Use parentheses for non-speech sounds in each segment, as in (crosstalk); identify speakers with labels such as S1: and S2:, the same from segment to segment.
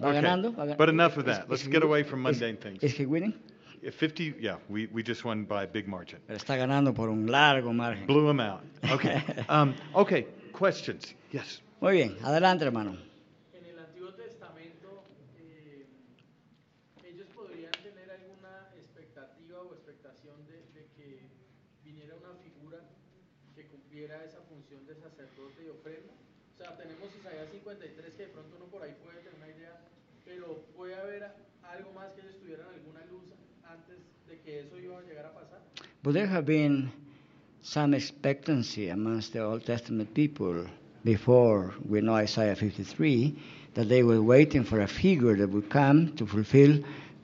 S1: Va ganando. va ga-
S2: But enough of
S1: es-
S2: that.
S1: es
S2: Let's
S1: que
S2: get
S1: Wi-
S2: away from
S1: es-
S2: mundane things.
S1: Es que Winning
S2: 50, yeah, we, we just won by a big margin.
S1: pero está ganando por un largo margen.
S2: Blew him out.
S1: (laughs)
S2: Okay. um, okay, questions? Yes.
S1: Muy bien, adelante, hermano.
S3: en el Antiguo Testamento eh, ellos podrían tener alguna expectativa o expectación de, de que viniera una figura que cumpliera esa función de sacerdote y ofrenda. O sea, tenemos Isaías 53 que de pronto uno por ahí puede tener una idea, pero puede haber a- algo más que ellos tuvieran alguna luz antes de que eso iba a llegar a pasar.
S1: But there have been some expectancy amongst the Old Testament people before we know Isaiah 53 that they were waiting for a figure that would come to fulfill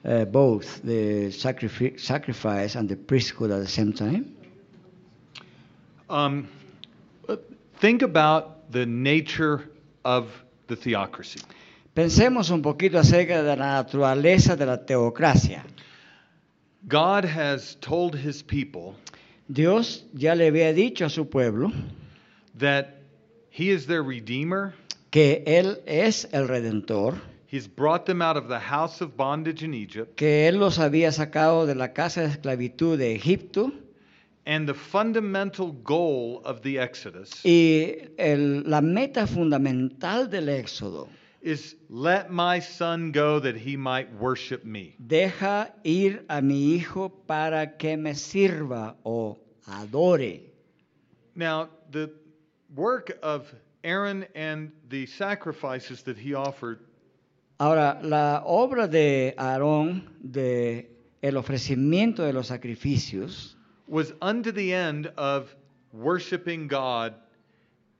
S1: uh, both the sacrifi- sacrifice and the priesthood at the same time.
S2: Um, uh, think about the nature of the theocracy.
S1: Pensemos un poquito acerca de la naturaleza de la teocracia.
S2: God has told his people
S1: Dios ya le había dicho a su pueblo
S2: that he is their redeemer.
S1: que Él es el redentor,
S2: He's brought them out of the house of bondage in Egypt.
S1: que Él los había sacado de la casa de esclavitud de Egipto
S2: And the fundamental goal of the Exodus
S1: y el- la meta fundamental del éxodo,
S2: is let my son go that he might worship me.
S1: deja ir a mi hijo para que me sirva o adore.
S2: Now, the work of Aaron and the sacrifices that he offered
S1: Ahora, la obra de Aarón, de el ofrecimiento de los sacrificios,
S2: was unto the end of worshiping God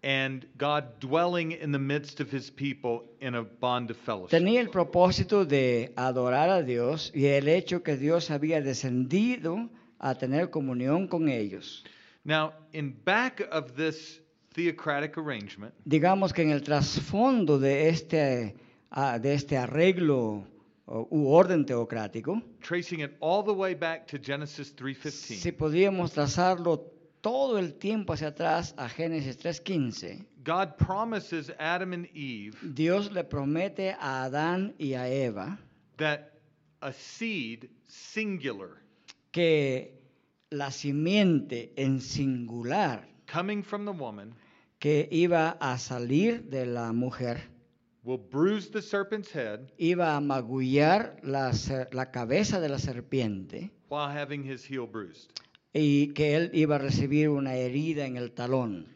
S2: and God dwelling in the midst of his people in a bond of fellowship.
S1: Tenía el propósito de adorar a Dios y el hecho que Dios había descendido a tener comunión con ellos.
S2: Now, in back of this theocratic arrangement
S1: Digamos que en el trasfondo de este, ah, de este arreglo o- u orden teocrático,
S2: tracing it all the way back to Genesis
S1: si
S2: 3:15.
S1: podíamos trazarlo todo el tiempo hacia atrás a Génesis 3.15,
S2: God promises Adam and Eve
S1: Dios le promete a Adán y a Eva
S2: that a seed singular
S1: que la simiente en singular
S2: coming from the woman
S1: que iba a salir de la mujer
S2: will bruise the serpent's head
S1: iba a magullar la, cer- la cabeza de la serpiente
S2: while having his heel bruised.
S1: y que él iba a recibir una herida en el talón.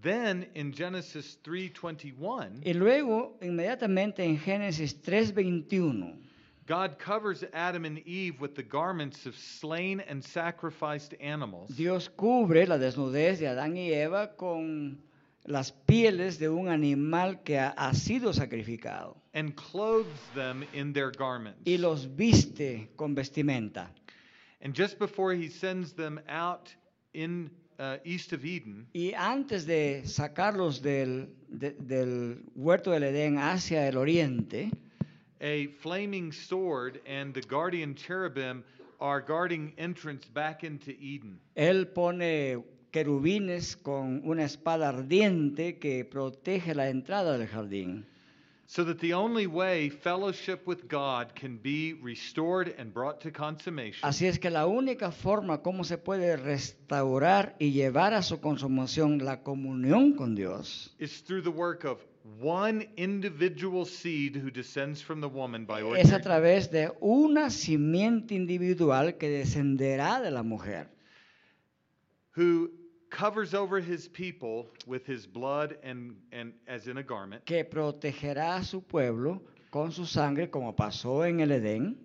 S2: Then in Genesis 3:21,
S1: Y luego, inmediatamente en Génesis 3:21,
S2: God covers Adam and Eve with the garments of slain and sacrificed animals
S1: Dios cubre la desnudez de Adán y Eva con las pieles de un animal que ha, ha sido sacrificado
S2: and clothes them in their garments.
S1: y los viste con vestimenta.
S2: And just before he sends them out in uh, east of Eden,
S1: Y antes de sacarlos del, de- del huerto del Edén hacia el oriente,
S2: a flaming sword and the guardian cherubim are guarding entrance back into Eden.
S1: Él pone querubines con una espada ardiente que protege la entrada del jardín.
S2: So that the only way fellowship with God can be restored and brought to consummation
S1: Así es que la única forma como se puede restaurar y llevar a su consumación la comunión con Dios
S2: is through the work of one individual seed who descends from the woman by ordinary.
S1: es a través de una simiente individual que descenderá de la mujer,
S2: who covers over his people with his blood and, and as in a garment
S1: que protegerá a su pueblo con su sangre como pasó en el Edén,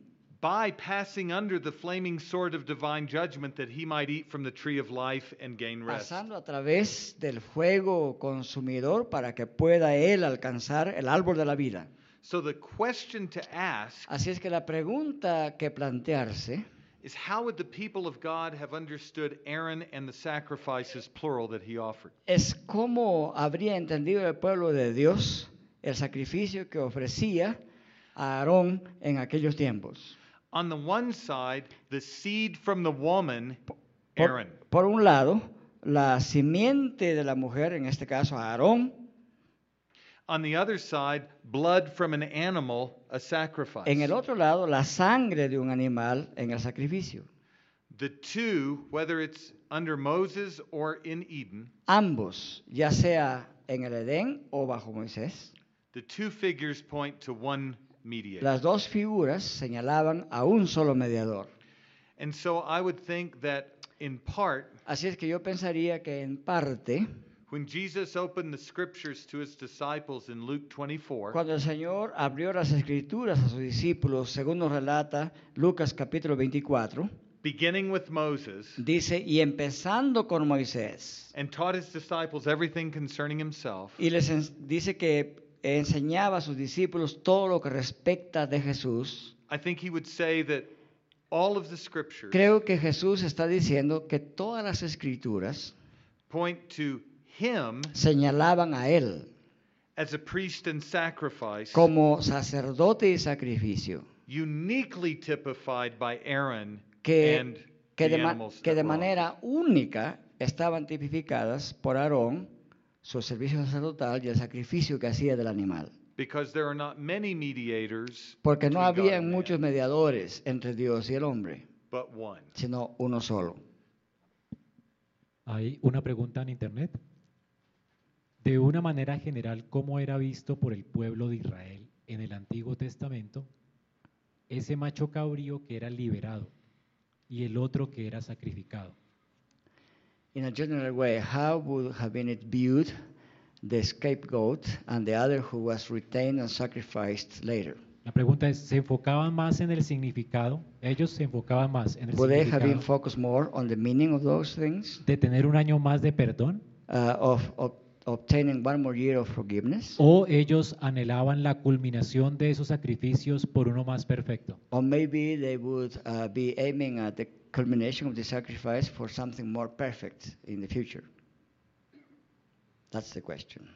S2: by passing under the flaming sword of divine judgment that he might eat from the tree of life and gain rest.
S1: pasando a través del fuego consumidor para que pueda él alcanzar el árbol de la vida.
S2: So the question to ask
S1: Así es que la pregunta que plantearse
S2: is how would the people of God have understood Aaron and the sacrifices plural that he offered?
S1: es cómo habría entendido el pueblo de Dios el sacrificio que ofrecía a Aarón en aquellos tiempos.
S2: On the one side, the seed from the woman,
S1: Por,
S2: Aaron.
S1: por un lado, la simiente de la mujer, en este caso a Aarón,
S2: On the other side, blood from an animal, a sacrifice.
S1: En el otro lado, la sangre de un animal en el sacrificio.
S2: The two, whether it's under Moses or in Eden,
S1: Ambos, ya sea en el Edén o bajo Moisés,
S2: the two figures point to one mediator.
S1: las dos figuras señalaban a un solo mediador.
S2: and so I would think that in part,
S1: Así es que yo pensaría que en parte,
S2: when Jesus opened the scriptures to his disciples in Luke 24,
S1: cuando el Señor abrió las escrituras a sus discípulos, según nos relata Lucas capítulo 24,
S2: beginning with Moses,
S1: dice, y empezando con Moisés,
S2: and taught his disciples everything concerning himself,
S1: y les en- dice que enseñaba a sus discípulos todo lo que respecta de Jesús,
S2: I think he would say that all of the scriptures
S1: creo que Jesús está diciendo que todas las escrituras
S2: point to him
S1: señalaban a Él
S2: as a priest and sacrifice,
S1: como sacerdote y sacrificio,
S2: uniquely typified by Aaron and
S1: que, que
S2: the
S1: de, ma-
S2: animals
S1: que
S2: that
S1: de
S2: were offered.
S1: manera única estaban tipificadas por Aarón, su servicio sacerdotal y el sacrificio que hacía del animal.
S2: because there are not many mediators
S1: Porque no
S2: between God
S1: había
S2: and
S1: muchos
S2: man,
S1: mediadores entre Dios y el hombre,
S2: but one.
S1: sino uno solo.
S4: Hay una pregunta en internet. De una manera general, ¿cómo era visto por el pueblo de Israel en el Antiguo Testamento ese macho cabrío que era liberado y el otro que era sacrificado?
S1: In a general way, how would have been it viewed the scapegoat and the other who was retained and sacrificed later?
S4: La pregunta es, ¿se enfocaban más en el significado? Ellos se enfocaban más en el
S1: Would they have been
S4: significado
S1: focused more on the meaning of those things?
S4: de tener un año más de perdón
S1: uh, of, ob- obtaining one more year of forgiveness,
S4: o ellos anhelaban la culminación de esos sacrificios por uno más perfecto.
S1: or maybe they would uh, be aiming at the culmination of the sacrifice for something more perfect in the future. That's the question.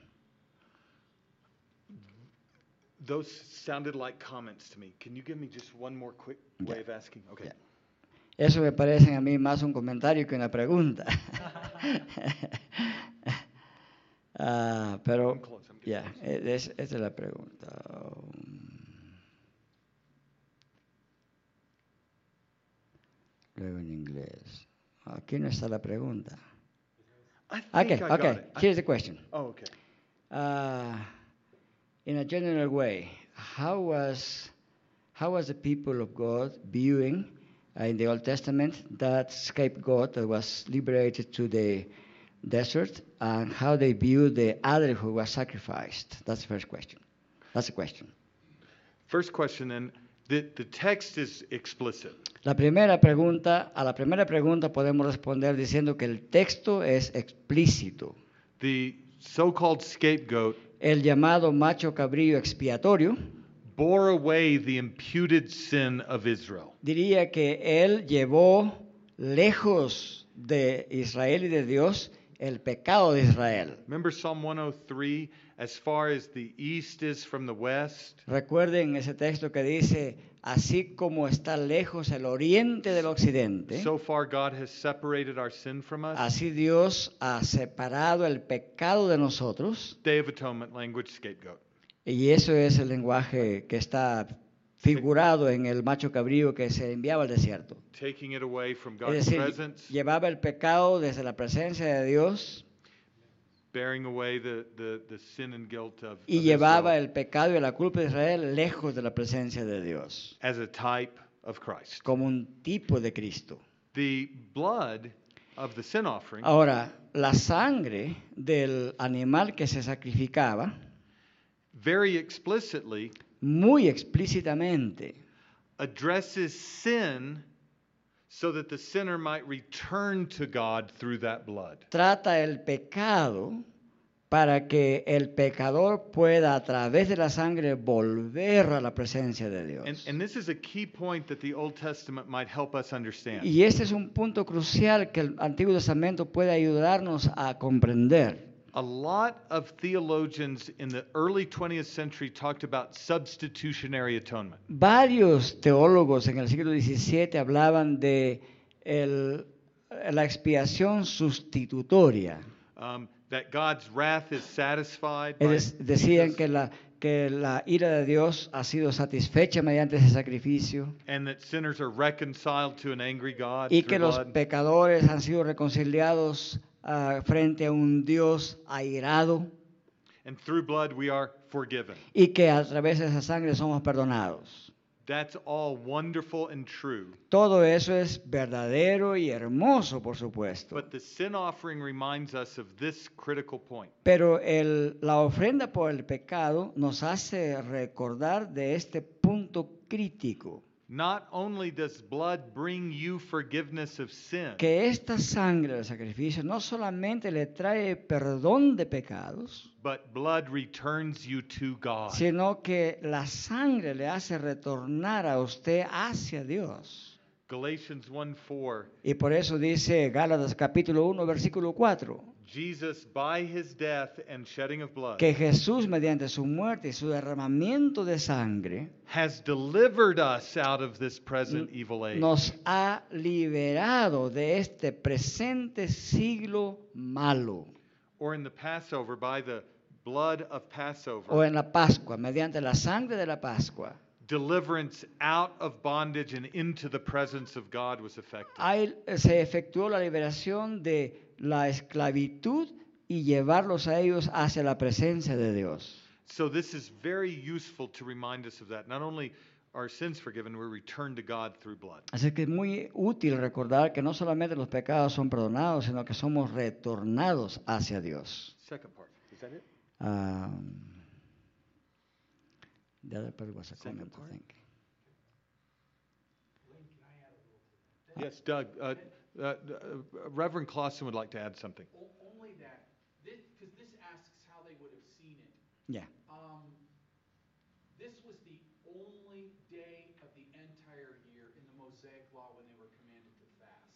S2: Those sounded like comments to me. Can you give me just one more quick way
S1: Yeah.
S2: of asking? Okay.
S1: Yeah. Eso me parece a mí más un comentario que una pregunta. (laughs) Ah, pero,
S2: I'm close, I'm getting
S1: ya, e- es- esa es la pregunta. Um, Luego en inglés. Aquí no está la pregunta.
S2: I think
S1: Okay,
S2: I got
S1: okay.
S2: it. I-
S1: Here's the question.
S2: oh, okay.
S1: Uh, in a general way, how was how was the people of God viewing uh, in the Old Testament that scapegoat that was liberated to the desert, and how they viewed the other who was sacrificed? That's the first question. That's the question.
S2: First question then the, the text is explicit.
S1: La primera pregunta, a la primera pregunta podemos responder diciendo que el texto es explícito.
S2: The so called scapegoat
S1: El llamado macho cabrío expiatorio
S2: bore away the imputed sin of Israel.
S1: diría que él llevó lejos de Israel y de Dios el pecado de Israel.
S2: Remember Psalm 103 as far as the east is from the west,
S1: Recuerden ese texto que dice, así como está lejos el oriente del occidente,
S2: so far God has separated our sin from us.
S1: así Dios ha separado el pecado de nosotros,
S2: Day of Atonement language scapegoat.
S1: y eso es el lenguaje que está figurado en el macho cabrío que se enviaba al desierto.
S2: Taking it away from
S1: Es
S2: God's
S1: decir,
S2: presence,
S1: llevaba el pecado desde la presencia de Dios
S2: bearing away the, the, the sin and guilt of,
S1: y
S2: of
S1: llevaba
S2: Israel
S1: el pecado y la culpa de Israel lejos de la presencia de Dios,
S2: as a type of Christ.
S1: como un tipo de Cristo.
S2: The blood of the sin offering
S1: Ahora, la sangre del animal que se sacrificaba,
S2: very explicitly
S1: muy explícitamente,
S2: addresses sin so that the sinner might return to God through that blood.
S1: trata el pecado para que el pecador pueda a través de la sangre volver a la presencia de
S2: And,
S1: Dios.
S2: and this is a key point that the Old Testament might help us understand.
S1: Y este es un punto crucial que el Antiguo Testamento puede ayudarnos a comprender.
S2: A lot of theologians in the early 20th century talked about substitutionary atonement.
S1: Varios teólogos en el siglo XVII hablaban de el- la expiación sustitutoria.
S2: Um, that God's wrath is satisfied. by
S1: Ellos decían
S2: Jesus,
S1: que la, que la ira de Dios ha sido satisfecha mediante ese sacrificio
S2: and that sinners are reconciled to an angry God
S1: y
S2: through
S1: que los
S2: blood.
S1: pecadores han sido reconciliados ah, frente a un Dios airado
S2: and through blood we are forgiven.
S1: y que a través de esa sangre somos perdonados.
S2: That's all wonderful and true.
S1: Todo eso es verdadero y hermoso, por supuesto.
S2: But the sin offering reminds us of this critical point.
S1: Pero el- la ofrenda por el pecado nos hace recordar de este punto crítico,
S2: Not only does blood bring you forgiveness of sin,
S1: que esta sangre del sacrificio no solamente le trae perdón de pecados,
S2: but blood returns you to God.
S1: sino que la sangre le hace retornar a usted hacia Dios.
S2: Galatians 1:4
S1: Y por eso dice Gálatas capítulo 1, versículo 4,
S2: Jesus by his death and shedding of blood
S1: que Jesús mediante su muerte y su derramamiento de sangre
S2: has delivered us out of this present evil age.
S1: nos ha liberado de este presente siglo malo.
S2: Or in the Passover by the blood of Passover.
S1: O en la Pascua, mediante la sangre de la Pascua,
S2: deliverance out of bondage and into the presence of God was effected.
S1: ahí se efectuó la liberación de la esclavitud y llevarlos a ellos hacia la presencia de Dios.
S2: So this is very useful to remind us of that. Not only are sins forgiven, we're returned to God through blood.
S1: Así que es muy útil recordar que no solamente los pecados son perdonados, sino que somos retornados hacia Dios.
S2: Second part. Is that it?
S1: Um, the other part was a
S2: Second
S1: comment, I
S2: part?
S1: think.
S2: Yes, Doug. Uh, uh, uh, Reverend Clausen would like to add something.
S3: O- only that, this, because this asks how they would have seen it.
S1: Yeah.
S3: Um, this was the only day of the entire year in the Mosaic Law when they were commanded to fast.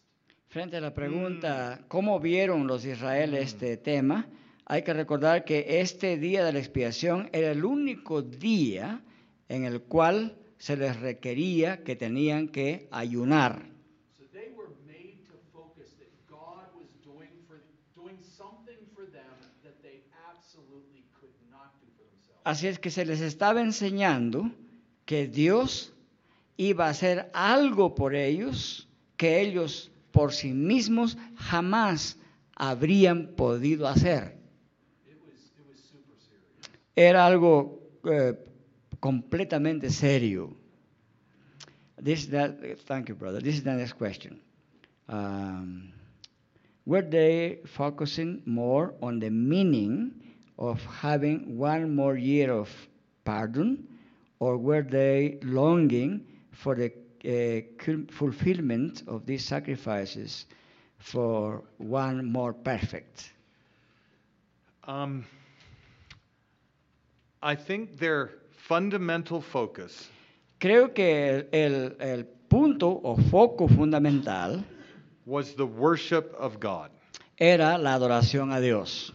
S1: Frente a la pregunta, ¿cómo vieron los israelíes este tema? Hay que recordar que este día de la expiación era el único día en el cual se les requería que tenían que ayunar.
S3: So they were made to focus that God was doing for doing something for them that they absolutely could not do for themselves.
S1: Así es que se les estaba enseñando que Dios iba a hacer algo por ellos que ellos por sí mismos jamás habrían podido hacer.
S3: It was it was super serious.
S1: era algo eh, completamente serio. This that thank you, brother. This is the next question. Um, were they focusing more on the meaning of having one more year of pardon, or were they longing for the uh, cul- fulfillment of these sacrifices for one more perfect?
S2: Um, I think their fundamental focus
S1: Creo que el, el- el punto o foco fundamental
S2: was the worship of God.
S1: era la adoración a Dios.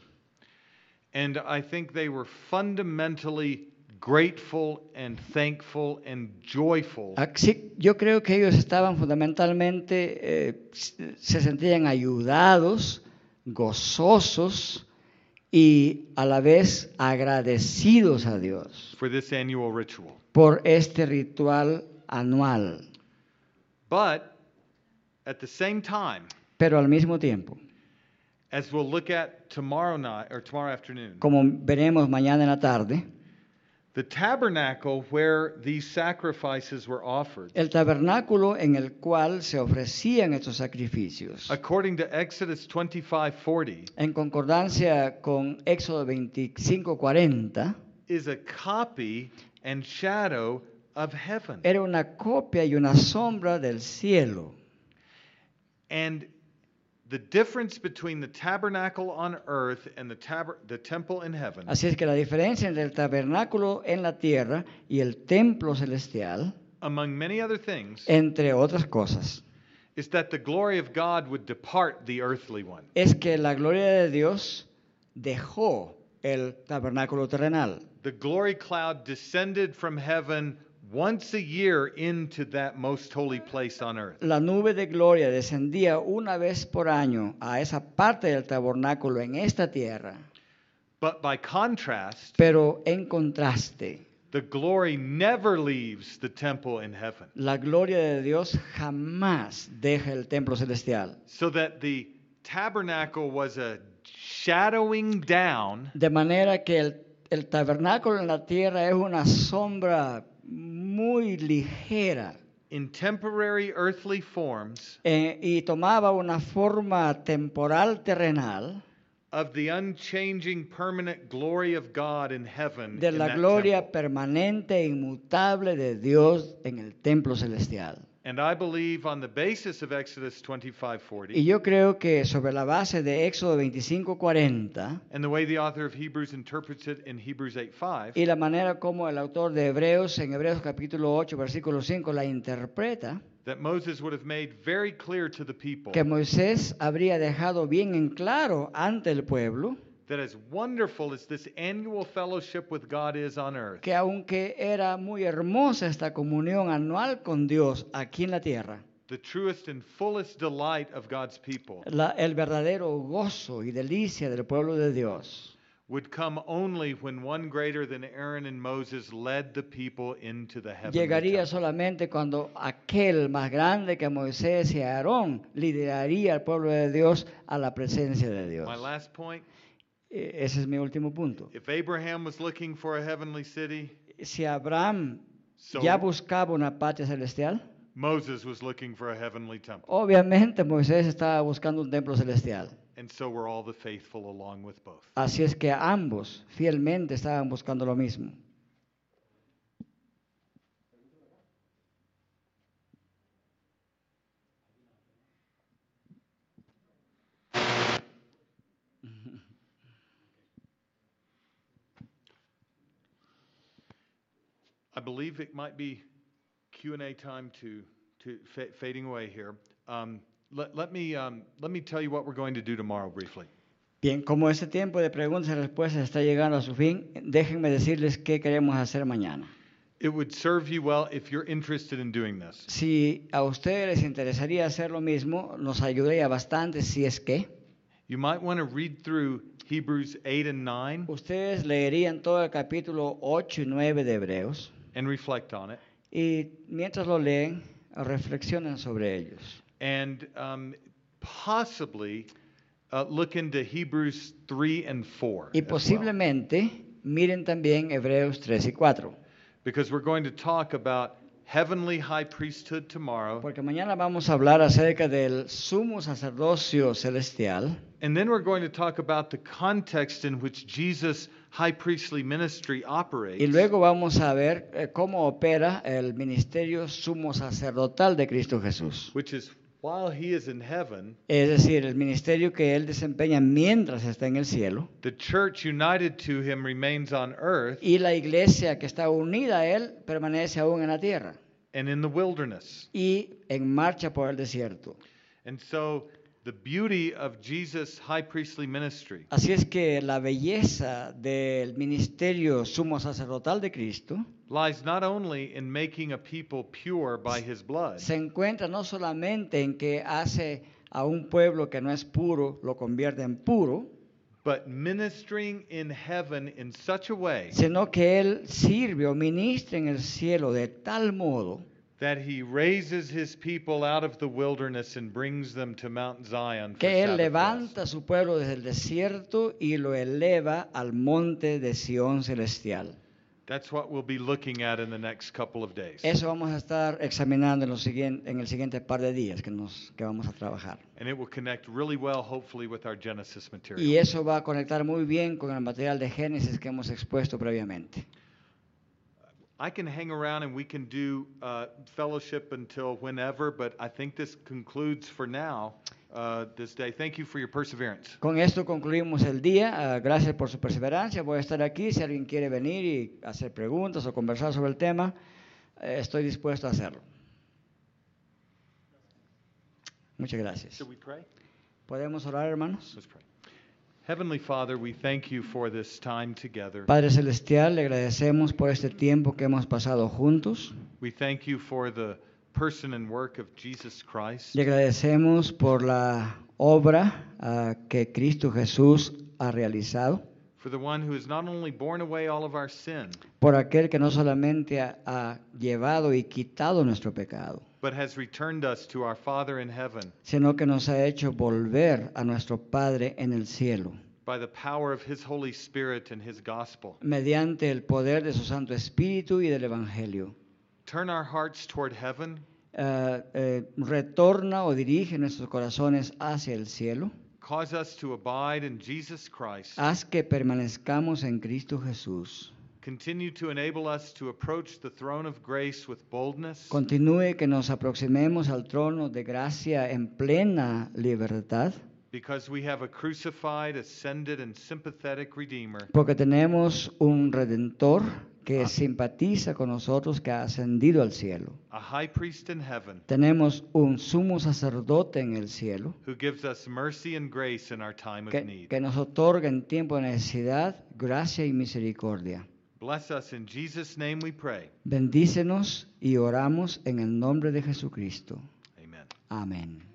S2: And I think they were fundamentally grateful and thankful and joyful
S1: Así- Ah, yo creo que ellos estaban fundamentalmente, eh, s- se sentían ayudados, gozosos y a la vez agradecidos a Dios
S2: for this annual ritual.
S1: por este ritual anual.
S2: But at the same time,
S1: Pero al mismo tiempo,
S2: as we'll look at tomorrow night or tomorrow afternoon,
S1: como veremos mañana en la tarde,
S2: the tabernacle where these sacrifices were offered,
S1: el tabernáculo en el cual se ofrecían estos sacrificios.
S2: according to Exodus 25:40,
S1: en concordancia con Éxodo 25:40,
S2: is a copy and shadow of heaven.
S1: era una copia y una sombra del cielo.
S2: And the difference between the tabernacle on earth and the, taber- the temple in heaven
S1: Así es que la diferencia entre el tabernáculo en la tierra y el templo celestial,
S2: among many other things,
S1: entre otras cosas,
S2: is that the glory of God would depart the earthly one.
S1: es que la gloria de Dios dejó el tabernáculo terrenal.
S2: The glory cloud descended from heaven once a year into that most holy place on earth.
S1: La nube de gloria descendía una vez por año a esa parte del tabernáculo en esta tierra,
S2: But by contrast,
S1: pero en contraste,
S2: the glory never leaves the temple in heaven.
S1: la gloria de Dios jamás deja el templo celestial.
S2: So that the tabernacle was a shadowing down
S1: De manera que el, el tabernáculo en la tierra es una sombra muy ligera
S2: in temporary earthly forms
S1: eh, y tomaba una forma temporal terrenal
S2: of the unchanging permanent glory of God in heaven.
S1: de
S2: in
S1: la
S2: that
S1: gloria
S2: temple.
S1: permanente e inmutable de Dios en el templo celestial.
S2: And I believe on the basis of Exodus 25:40
S1: Y yo creo que sobre la base de Éxodo 25:40
S2: and the way the author of Hebrews interprets it in Hebrews
S1: y
S2: 8:5
S1: la manera como el autor de Hebreos en Hebreos capítulo 8 versículo 5 la interpreta,
S2: that Moses would have made very clear to the people
S1: que Moisés habría dejado bien en claro ante el pueblo
S2: that as wonderful as this annual fellowship with God is on earth,
S1: que aunque era muy hermosa esta comunión anual con Dios aquí en la tierra,
S2: the truest and fullest delight of God's people
S1: la- el verdadero gozo y delicia del pueblo de Dios
S2: would come only when one greater than Aaron and Moses led the people into the heavenly
S1: llegaría
S2: temple.
S1: solamente cuando aquel más grande que Moisés y Aarón lideraría al pueblo de Dios a la presencia de Dios.
S2: My last point,
S1: E- Ese es mi último punto.
S2: if Abraham was looking for a heavenly city,
S1: Si Abraham
S2: so
S1: ya buscaba una patria celestial,
S2: Moses was looking for a heavenly temple.
S1: obviamente Moisés estaba buscando un templo celestial.
S2: And so were all the faithful along with both.
S1: Así es que ambos fielmente estaban buscando lo mismo.
S2: I believe it might be Q&A time to, to fa- fading away here. Um, let, let, me, um, let me tell you what we're going to do tomorrow briefly.
S1: Bien, como este tiempo de preguntas y respuestas está llegando a su fin, déjenme decirles qué queremos hacer mañana.
S2: It would serve you well if you're interested in doing this.
S1: Si a ustedes les interesaría hacer lo mismo, nos ayudaría bastante si es que
S2: You might want to read through Hebrews 8 and 9
S1: ustedes leerían todo el capítulo 8 y 9 de Hebreos
S2: and reflect on it.
S1: y mientras lo leen, reflexionen sobre ellos.
S2: And um, possibly uh, look into Hebrews 3 and 4.
S1: Y
S2: as well.
S1: posiblemente miren también Hebreos 3 y 4,
S2: because we're going to talk about heavenly high priesthood tomorrow.
S1: porque mañana vamos a hablar acerca del sumo sacerdocio celestial.
S2: And then we're going to talk about the context in which Jesus' high priestly ministry operates.
S1: Y luego vamos a ver eh, cómo opera el ministerio sumo sacerdotal de Cristo Jesús.
S2: Which is while he is in heaven,
S1: Es decir, el ministerio que él desempeña mientras está en el cielo.
S2: the church united to him remains on earth
S1: Y la iglesia que está unida a él permanece aún en la tierra
S2: and in the wilderness.
S1: y en marcha por el desierto.
S2: And so the beauty of Jesus' high priestly ministry
S1: Así es que la belleza del ministerio sumo sacerdotal de Cristo
S2: lies not only in making a people pure by his blood,
S1: se encuentra no solamente en que hace a un pueblo que no es puro, lo convierte en puro,
S2: but ministering in heaven in such a way
S1: sino que Él sirve o ministra en el cielo de tal modo
S2: that he raises his people out of the wilderness and brings them to Mount Zion. For
S1: que Él
S2: Sabbath
S1: levanta a
S2: rest.
S1: su pueblo desde el desierto y lo eleva al monte de Sión celestial.
S2: That's what we'll be looking at in the next couple of days.
S1: Eso vamos a estar examinando en, los siguien- en el siguiente par de días que, nos, que vamos a trabajar.
S2: And it will connect really well, hopefully, with our Genesis material.
S1: Y eso va a conectar muy bien con el material de Génesis que hemos expuesto previamente.
S2: I can hang around and we can do uh, fellowship until whenever, but I think this concludes for now uh, this day. Thank you for your perseverance.
S1: Con esto concluimos el día. Ah, gracias por su perseverancia. Voy a estar aquí. Si alguien quiere venir y hacer preguntas o conversar sobre el tema, eh, estoy dispuesto a hacerlo. Muchas gracias.
S2: Should we pray?
S1: ¿Podemos orar, hermanos?
S2: Let's pray. Heavenly Father, we thank you for this time together.
S1: Padre Celestial, le agradecemos por este tiempo que hemos pasado juntos.
S2: We thank you for the person and work of Jesus Christ.
S1: Le agradecemos por la obra ah, que Cristo Jesús ha realizado,
S2: for the one who has not only borne away all of our sin,
S1: por aquel que no solamente ha, ha llevado y quitado nuestro pecado,
S2: but has returned us to our Father in heaven
S1: sino que nos ha hecho volver a nuestro Padre en el cielo,
S2: by the power of his Holy Spirit and his gospel.
S1: mediante el poder de su Santo Espíritu y del Evangelio.
S2: Turn our hearts toward heaven
S1: Ah, eh, retorna o dirige nuestros corazones hacia el cielo.
S2: Cause us to abide in Jesus Christ.
S1: Haz que permanezcamos en Cristo Jesús.
S2: Continue to enable us to approach the throne of grace with boldness,
S1: Continúe que nos aproximemos al trono de gracia en plena libertad,
S2: because we have a crucified, ascended, and sympathetic Redeemer
S1: porque tenemos un redentor que
S2: Ah.
S1: simpatiza con nosotros, que ha ascendido al cielo.
S2: a high priest in heaven
S1: Tenemos un sumo sacerdote en el cielo
S2: who gives us mercy and grace in our time of
S1: que,
S2: need.
S1: que nos otorga en tiempo de necesidad gracia y misericordia.
S2: Bless us in Jesus' name we pray.
S1: Bendícenos y oramos en el nombre de Jesucristo.
S2: Amen.
S1: Amén.